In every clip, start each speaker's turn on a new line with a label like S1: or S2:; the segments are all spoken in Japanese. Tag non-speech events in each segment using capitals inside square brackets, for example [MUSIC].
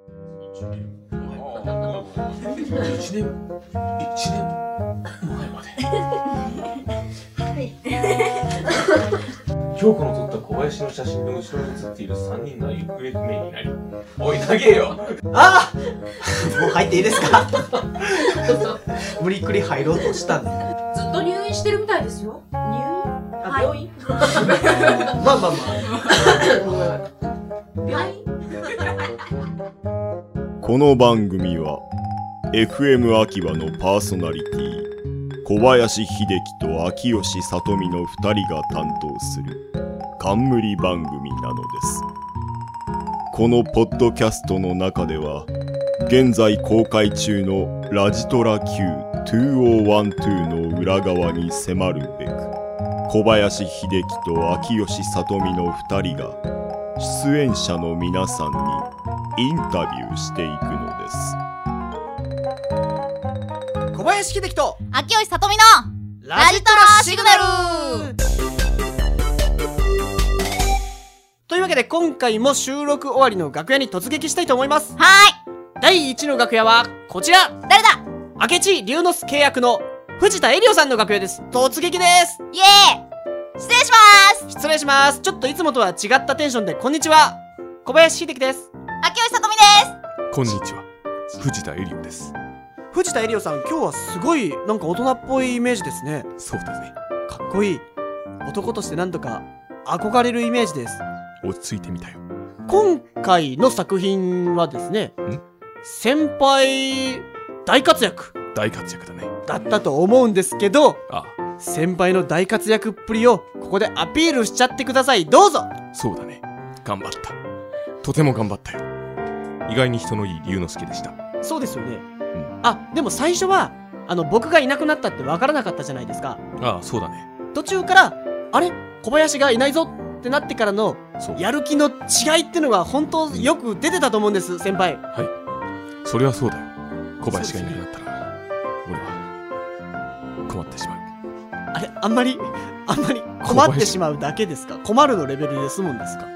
S1: 一
S2: 10年
S1: 年一年前まで
S3: はい。
S1: 京子の撮った小林の写真の後ろに写っている3人が行方不明になりおい投げよ
S4: ああもう入っていいですか無理くり入ろうとしたんで
S5: ずっと入院してるみたいですよ。入院
S3: はい
S5: 病 [LAUGHS] 院
S4: まあまあま
S5: 病院
S6: この番組は FM 秋葉のパーソナリティ小林秀樹と秋吉里美の2人が担当する冠番組なのですこのポッドキャストの中では現在公開中の「ラジトラ Q2012」の裏側に迫るべく小林秀樹と秋吉里美の2人が出演者の皆さんにインタビューしていくのです
S4: あ小林秀樹と
S7: 秋吉さとみの
S4: ラ
S7: ジトラシグナ
S4: ルというわけで今回も収録終わりの楽屋に突撃したいと思います
S7: は
S4: 第1の楽屋はこちら
S7: ーい誰だ
S4: 明智龍之介役の藤田エリオさんの楽屋です突撃です
S7: イエーイ失礼します
S4: 失礼しますちょっといつもとは違ったテンションでこんにちは小林秀樹です
S7: 秋吉さとみです
S2: こんにちは藤田エリオです
S4: 藤田エリオさん今日はすごいなんか大人っぽいイメージですね
S2: そうですね
S4: かっこいい男としてなんとか憧れるイメージです
S2: 落ち着いてみたよ
S4: 今回の作品はですね先輩大活躍
S2: 大活躍だね
S4: だったと思うんですけど
S2: あ
S4: 先輩の大活躍っぷりをここでアピールしちゃってくださいどうぞ
S2: そうだね頑張ったとても頑張ったよ意外に人のいい龍之介でした
S4: そうですよね、
S2: ん
S4: あでも最初はあの僕がいなくなったってわからなかったじゃないですか
S2: ああそうだね
S4: 途中からあれ小林がいないぞってなってからの
S2: そう
S4: やる気の違いってのが本当よく出てたと思うんです先輩
S2: それはそうだよ小林がいなくなったら、俺は困ってしまう
S4: あれあんまりあんまり困ってしまうだけですか困るのレベルで済むんですか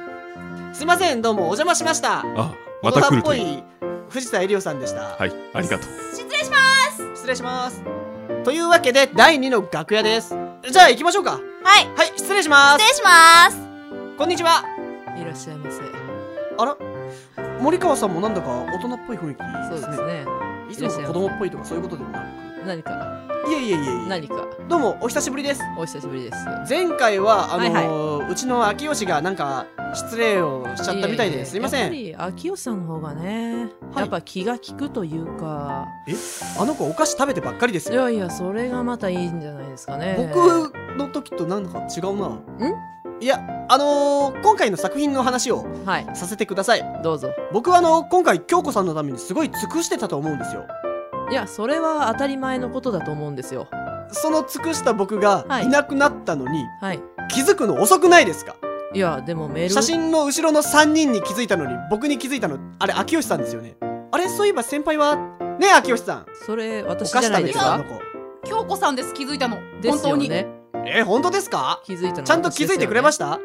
S4: すいませんどうもお邪魔しました
S2: ああまた来ると
S4: 大人
S2: いい
S4: っぽい藤田エリオさんでした、
S2: はいありがとう
S7: 失礼します
S4: 失礼しますというわけで第2の楽屋ですじゃあ行きましょうか
S7: はい
S4: はい失礼しま
S7: 失
S4: す
S7: 礼します
S4: こんにちはい
S8: らっしゃいませ。
S4: あら森川さんもなんだか大人っぽい雰囲気
S8: そう
S4: です
S8: で
S4: ね
S8: すね。
S4: いつもの子供っぽいとかそういうことでもな
S8: 何か、
S4: くいえいえいえいえ
S8: 何か、
S4: どうもお久しぶりです
S8: お久しぶりです。
S4: 前回はあのー
S8: はい
S4: うちの秋吉がなんか失礼をしちゃったみたいですすいません
S8: やっぱり、秋代さんの方がね、
S4: はい
S8: やっぱ気が利くというか、
S4: あの子お菓子食べてばっかりです
S8: い
S4: よ
S8: やいや、それがまたいいんじゃないですかね。
S4: 僕の時となんか違うなんいやあのー今回の作品の話を
S8: はい、
S4: させてください
S8: どうぞ。
S4: 僕はあの今回京子さんのためにすごい尽くしてたと思うんですよ
S8: いや、それは当たり前のことだと思うんですよ。
S4: その尽くした僕が
S8: はい
S4: いなくなったのに、
S8: はい。
S4: 気づくの遅くないですか
S8: いや、でもメール
S4: 写真の後ろの3人に気づいたのに僕に気づいたのあれ秋吉さんですよねあれそういえば先輩はねえ秋吉さん
S8: それ、
S4: お
S8: 私じ
S4: 菓子
S8: ゃな
S4: 食べ
S8: い
S4: て
S8: です
S4: たあ
S8: か
S4: の子
S5: 京子さんです気づいたの
S8: です
S5: 本当
S8: よ
S5: に
S8: ね。
S4: え本当ですか
S8: 気づいたの
S4: ちゃんと気づいてくれましたた、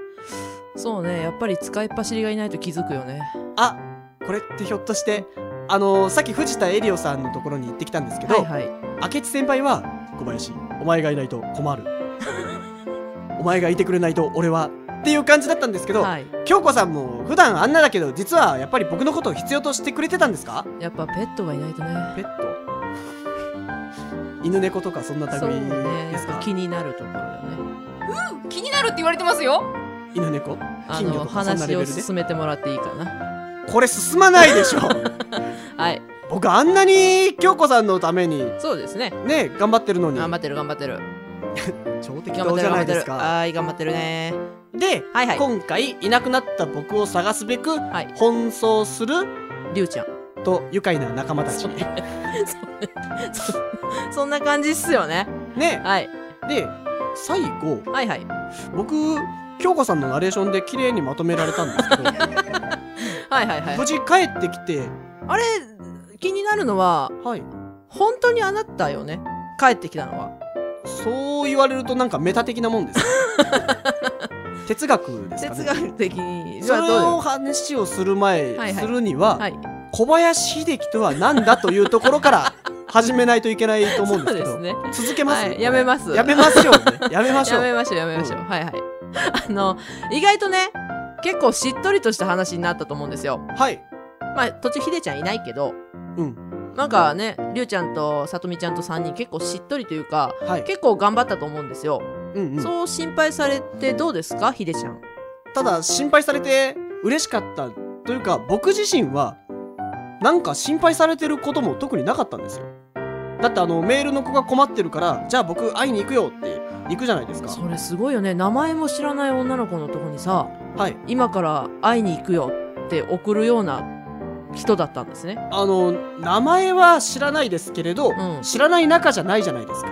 S8: そうね、やっぱり使いっ走りがいないと気づくよね。
S4: あこれってひょっとしてあのーさっき藤田エリオさんのところに行ってきたんですけど、
S8: はいはい。
S4: 明智先輩は小林お前がいないと困
S8: [LAUGHS]
S4: るお前がいてくれないと俺はっていう感じだったんですけど、
S8: はい。
S4: 京子さんも普段あんなだけど実はやっぱり僕のことを必要としてくれてたんですか
S8: やっぱペットがいないとね。
S4: ペット犬猫とかそんな
S8: そう
S4: 類
S8: ね、
S4: で
S8: やっ
S4: す
S8: ぱ
S4: か、
S8: 気になるところだね。
S5: 気になるって言われてますよ
S4: 犬猫
S8: あ
S4: 金魚
S8: の
S4: とかそんなレ
S8: 話
S4: ベ
S8: を
S4: ルで
S8: 進めてもらっていいかな。
S4: これ進まないでしょ
S8: はい、
S4: 僕あんなに京子さんのために
S8: そうですね。
S4: ね頑張ってるのに
S8: 頑張ってる頑張ってる。
S4: 超適
S8: 頑
S4: 当
S8: 張って
S4: じ
S8: る
S4: ゃな
S8: 頑
S4: い
S8: 張って
S4: で
S8: る
S4: す。か
S8: はーい頑張ってるね。
S4: で、
S8: はいはい
S4: 今回いなくなった僕を探すべく、
S8: はい
S4: 奔走する
S8: りゅうちゃん。
S4: と愉快な仲間たちね
S8: そんな感じっすよね。はい
S4: で最後
S8: はいはい
S4: 僕京子さんのナレーションで綺麗にまとめられたんですけ
S8: [LAUGHS]
S4: ど
S8: はいはいはい
S4: 無。事帰ってきて
S8: あれ気になるのは
S4: はい
S8: 本当にあなたよね。帰ってきたのは
S4: そう言われるとなんかメタ的なもんです
S8: [LAUGHS]
S4: ね哲学ですかね
S8: 哲学的に
S4: それ
S8: はどう
S4: を話をする前、
S8: はいはい
S4: するには、
S8: はい
S4: 小林秀樹とは何だというところ
S8: [LAUGHS]
S4: から始めないといけないと思うんですけど。
S8: そうです
S4: 続けます、
S8: はいやめます
S4: やめましょうね、
S8: [LAUGHS]
S4: やめましょ
S8: や
S4: う。
S8: めましょうやめましょう、はい [LAUGHS] はいあの意外とね結構しっとりとした話になったと思うんですよ
S4: はい。
S8: まあ途中ひでちゃんいないけど
S4: うん。
S8: なんかねりゅうちゃんとさとみちゃんと3人結構しっとりというか
S4: はい。
S8: 結構頑張ったと思うんですよ、
S4: うんうん、
S8: そう心配されてどうですかひでちゃん
S4: ただ、心配されて嬉しかったというか、僕自身は、なんか心配されてることも特になかったんですよ。だってあの、メールの子が困ってるから、じゃあ僕会いに行くよって行くじゃないですか。
S8: それすごいよね名前も知らない女の子のとこにさ
S4: はい。
S8: 今から会いに行くよって送るような人だったんですね
S4: あの、名前は知らないですけれど、
S8: ん
S4: 知らない仲じゃないじゃない
S8: [LAUGHS]
S4: ですか。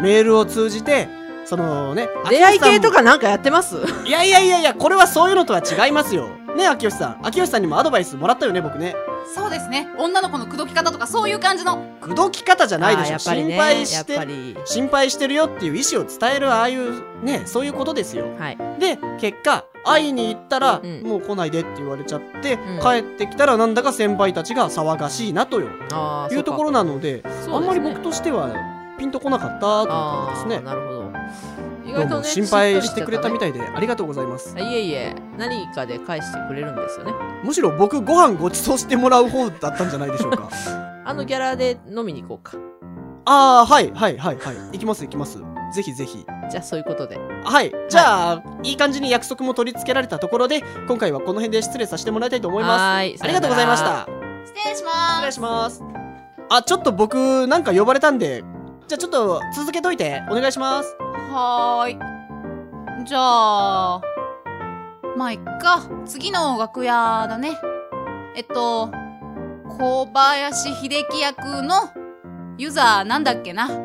S4: メールを通じて、そのね、
S8: 出会い系と
S4: か
S8: かなんかやってます
S4: いやいやいやいや、これはそういうのとは違いますよ。ね、秋吉さん。秋吉さんにもアドバイスもらったよね、僕ね。
S5: そうですね女の子の口説き方とかそういう感じの
S4: 口説き方じゃないで
S8: あー
S4: し
S8: や
S4: ょ。
S8: っぱり
S4: 心
S8: ね
S4: 配し
S8: やっぱ
S4: て、
S8: り
S4: 心配してるよっていう意思を伝える、ああいう、ね、そういうことですよ。
S8: はい
S4: で、結果、会いに行ったら、
S8: うん
S4: もう来ないでって言われちゃって、
S8: うん
S4: 帰ってきたらなんだか先輩たちが騒がしいなとよ、
S8: あー
S4: いうところなので、
S8: そうかそうですね
S4: あんまり僕としてはピンとこなかったという感じです
S8: あー
S4: ね。
S8: なるほど意
S4: どう
S8: 外と
S4: も
S8: ね
S4: 心配してくれたみ
S8: い
S4: たいでありがとうございます。
S8: いえいえ何かで返してくれるんですよね
S4: むしろ僕ご飯ごちそうしてもらう方だったんじゃないでしょう
S8: [LAUGHS]
S4: か。
S8: あのギャラで飲みに行こうか
S4: ああ、はいはいはいはい。行きます行きます。ぜひぜひ。
S8: じゃあそういうことで
S4: はい。じゃあ、い、い感じに約束も取り付けられたところで、今回はこの辺で失礼させてもらいたいと思います。
S8: はーい
S4: ありがとうございまし
S8: さよなら
S4: た。
S7: 失礼しま
S4: 失礼
S7: す
S4: します。あ、ちょっと僕、なんか呼ばれたんで、じゃあちょっと続けといて、お願いします。
S5: はーいじゃあまあいっか次の楽屋だねえっと小林秀樹役のユザなんだっけな読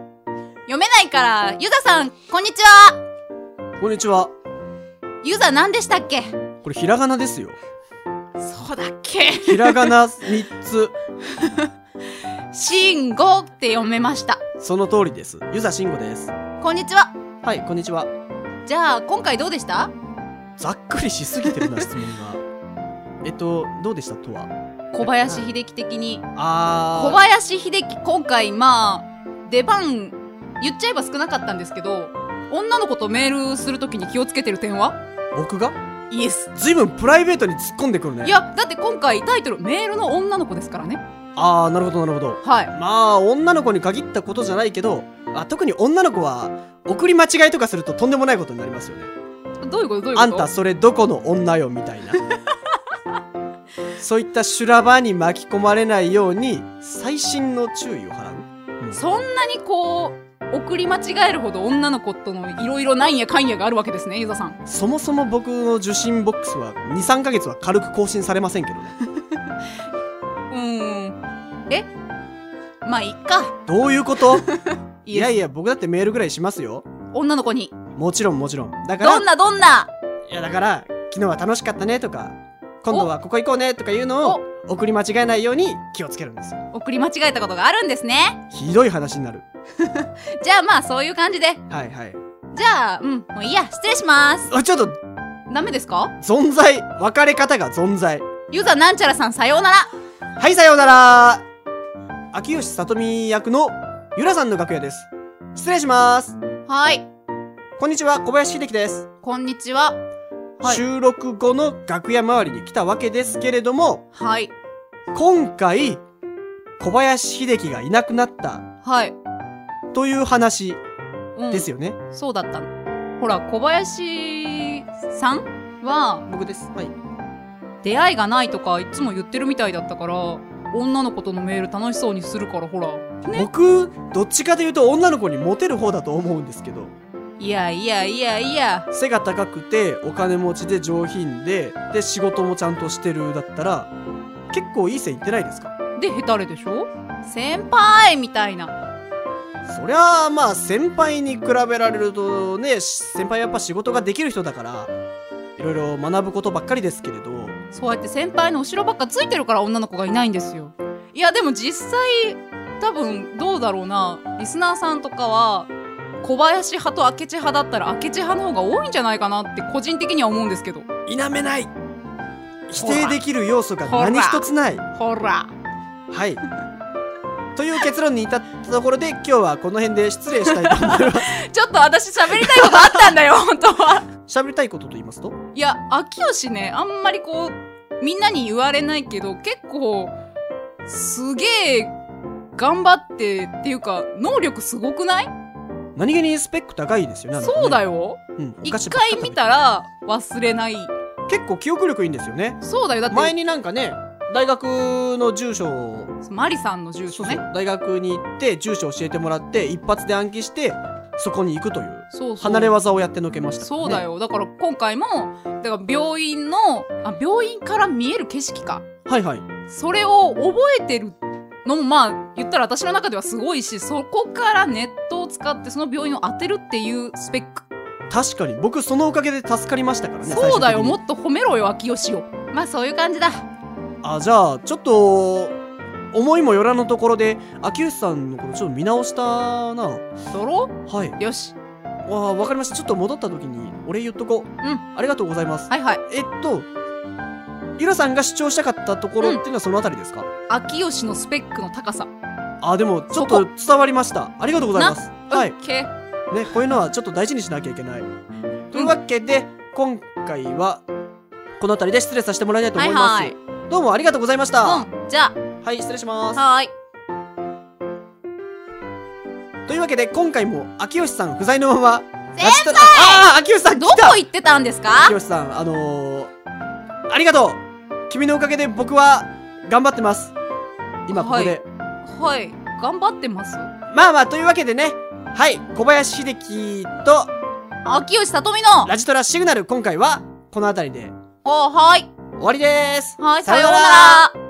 S5: めないからユザさんこんにちは
S4: こんにちは。
S5: ユザなんでしたっけ
S4: これ、ひらがな [LAUGHS] ですよ。
S5: そうだっけ
S4: ひらがな3つ。
S5: シンゴって読めました
S4: その通りです。ゆざしんごです。
S5: こんにちは
S4: はい、こんにちは。
S5: じゃあ今回どうでした
S4: ざっくりしすぎてるな、質問が。 [LAUGHS] えっと、どうでしたとは。
S5: 小林秀樹的に小
S4: あ
S5: 林秀樹今回まあ出番言っちゃえば少なかったんですけど女の子とメールするときに気をつけてる点は
S4: ー、僕が
S5: イエス
S4: ずいぶんプライベートに突っ込んでくるね。
S5: い。やだって今回タイトルメールの女の子ですからね
S4: あー、なるほど、なるほど。
S5: はい
S4: まあ、女の子に限ったことじゃないけど、あ特に女の子は、送り間違いとかするととんでもないことになりますよね。
S5: どういうことどういうこと
S4: あんたそれどこの女よみた [LAUGHS] いなそういった修羅場に巻き込まれないように細心の注意を払う、うん
S5: そんなにこう送り間違えるほど女の子とのいろいろなんやかんやがあるわけですねゆざさん
S4: そもそも僕の受信ボックスは23ヶ月は軽く更新されませんけどね
S5: うーんえまあいっか
S4: どう [LAUGHS] いうこと
S5: イ
S4: い
S5: エス
S4: やいや僕だってメールぐらいしますよ
S5: 女の子に
S4: もちろんもちろんだから
S5: どんなどんない
S4: やだから昨日は楽しかったねとか今度はここ行こうねとかいうのを送り間違えないように気をつけるんですよ
S5: 送り間違えたことがあるんですね
S4: ひどい話になる
S5: じゃあまあそういう感じで
S4: はいはい
S5: じゃあうんもういいや失礼します
S4: あちょっと
S5: ダメですか
S4: 存在別れ方が存在
S5: ユザなんちゃらさんさようなら
S4: はい、さようなら秋吉さとみ役のゆらさんの楽屋です。失礼します。
S5: はい
S4: こんにちは、小林秀樹です。
S5: こんにちははい
S4: 収録後の楽屋周りに来たわけですけれども、
S5: はい
S4: 今回、小林秀樹がいなくなった
S5: はい、
S4: という話
S5: うん、
S4: ですよね。
S5: そうだったのほら小林さんは
S4: 僕です。はい。
S5: 出会いがないとかいつも言ってるみたいだったから女の子とのメール楽しそうにするからほら
S4: 僕、どっちかというと女の子にモテる方だと思うんですけど、
S5: いやいやいやいや
S4: 背が高くて、お金持ちで上品で、で、仕事もちゃんとしてるだったら、結構いい線いってないですか
S5: でヘタレでしょ先輩みたいな
S4: そりゃあまあ先輩に比べられるとねし先輩はやっぱ仕事ができる人だからいろいろ学ぶことばっかりですけれど
S5: そうやって先輩の後ろばっかついてるから女の子がいないんですよいやでも実際多分どうだろうなリスナーさんとかは小林派と明智派だったら明智派の方が多いんじゃないかなって個人的には思うんですけど
S4: 否めない否定できる要素が何一つない
S8: ほら
S4: はいという結論に至ったところで今日はこの辺で失礼したいと
S5: [LAUGHS]
S4: 思います
S5: ちょっと私喋りたいことあったんだよ、 [LAUGHS] 本当は。
S4: 喋りたいことと言いますと
S5: いや、秋吉ね、あんまりこう、みんなに言われないけど、結構、すげえ、頑張って、っていうか、能力すごくない
S4: 何気にスペック高いですよねあの子ね
S5: そうだ、よ。
S4: うん、お菓子
S5: 一
S4: ばっか
S5: 回
S4: 食べて
S5: 見たら、忘れない。
S4: 結構記憶力いいんですよね
S5: そうだよ。だって、
S4: 前になんかね大学の住所を
S5: マリさんの住所
S4: そうそ
S5: ね。
S4: う大学に行って住所教えてもらって一発で暗記してそこに行くという
S5: そうそう。
S4: 離れ技をやってのけました、
S5: そうだ、よ。だから今回も、だから病院の、あ、病院から見える景色か。
S4: はいはい
S5: それを覚えてるのもまあ言ったら私の中ではすごいしそこからネットを使ってその病院を当てるっていうスペック
S4: 確かに僕そのおかげで助かりましたからね
S5: そうだよ
S4: 最終
S5: も
S4: 的に
S5: っと褒めろよ秋吉を
S7: まあそういう感じだ。
S4: あじゃあちょっと思いもよらぬところで秋吉さんのことちょっと見直したな
S5: ドロ
S4: はい
S5: よし
S4: わあわかりましたちょっと戻った時にお礼言っとこううんありがとうございます、
S5: はいはい
S4: えっとゆらさんが主張したかったところっていうのはそのあたりですか、
S5: 秋吉のスペックの高さ
S4: あでもちょっと伝わりましたありがとうございますはい
S5: オッケー
S4: ねこういうのはちょっと大事にしなきゃいけないというわけで今回はこの辺りで失礼させてもらいたいと
S5: は
S4: 思
S5: い
S4: います、
S5: はい
S4: どうもありがとうございました、
S5: うんじゃ
S4: はい失礼します
S5: あはーい
S4: というわけで今回も秋吉さん不在のまま
S7: 先
S4: 輩ああ秋吉さん
S5: ど
S4: 来
S5: こ
S4: た
S5: 行ってたんですか
S4: 秋吉さんあのー、ありがとう君のおかげで僕は頑張ってます今ここで、
S5: はいはい頑張ってます
S4: まあまあというわけでねはい小林秀樹と
S5: 秋吉里美のは
S4: ラジトラシグナル今回はこの辺りで
S5: ーい
S4: 終わりです
S5: はい
S4: さ
S5: さ
S4: よ
S5: よ
S4: う
S5: う
S4: なら
S5: なら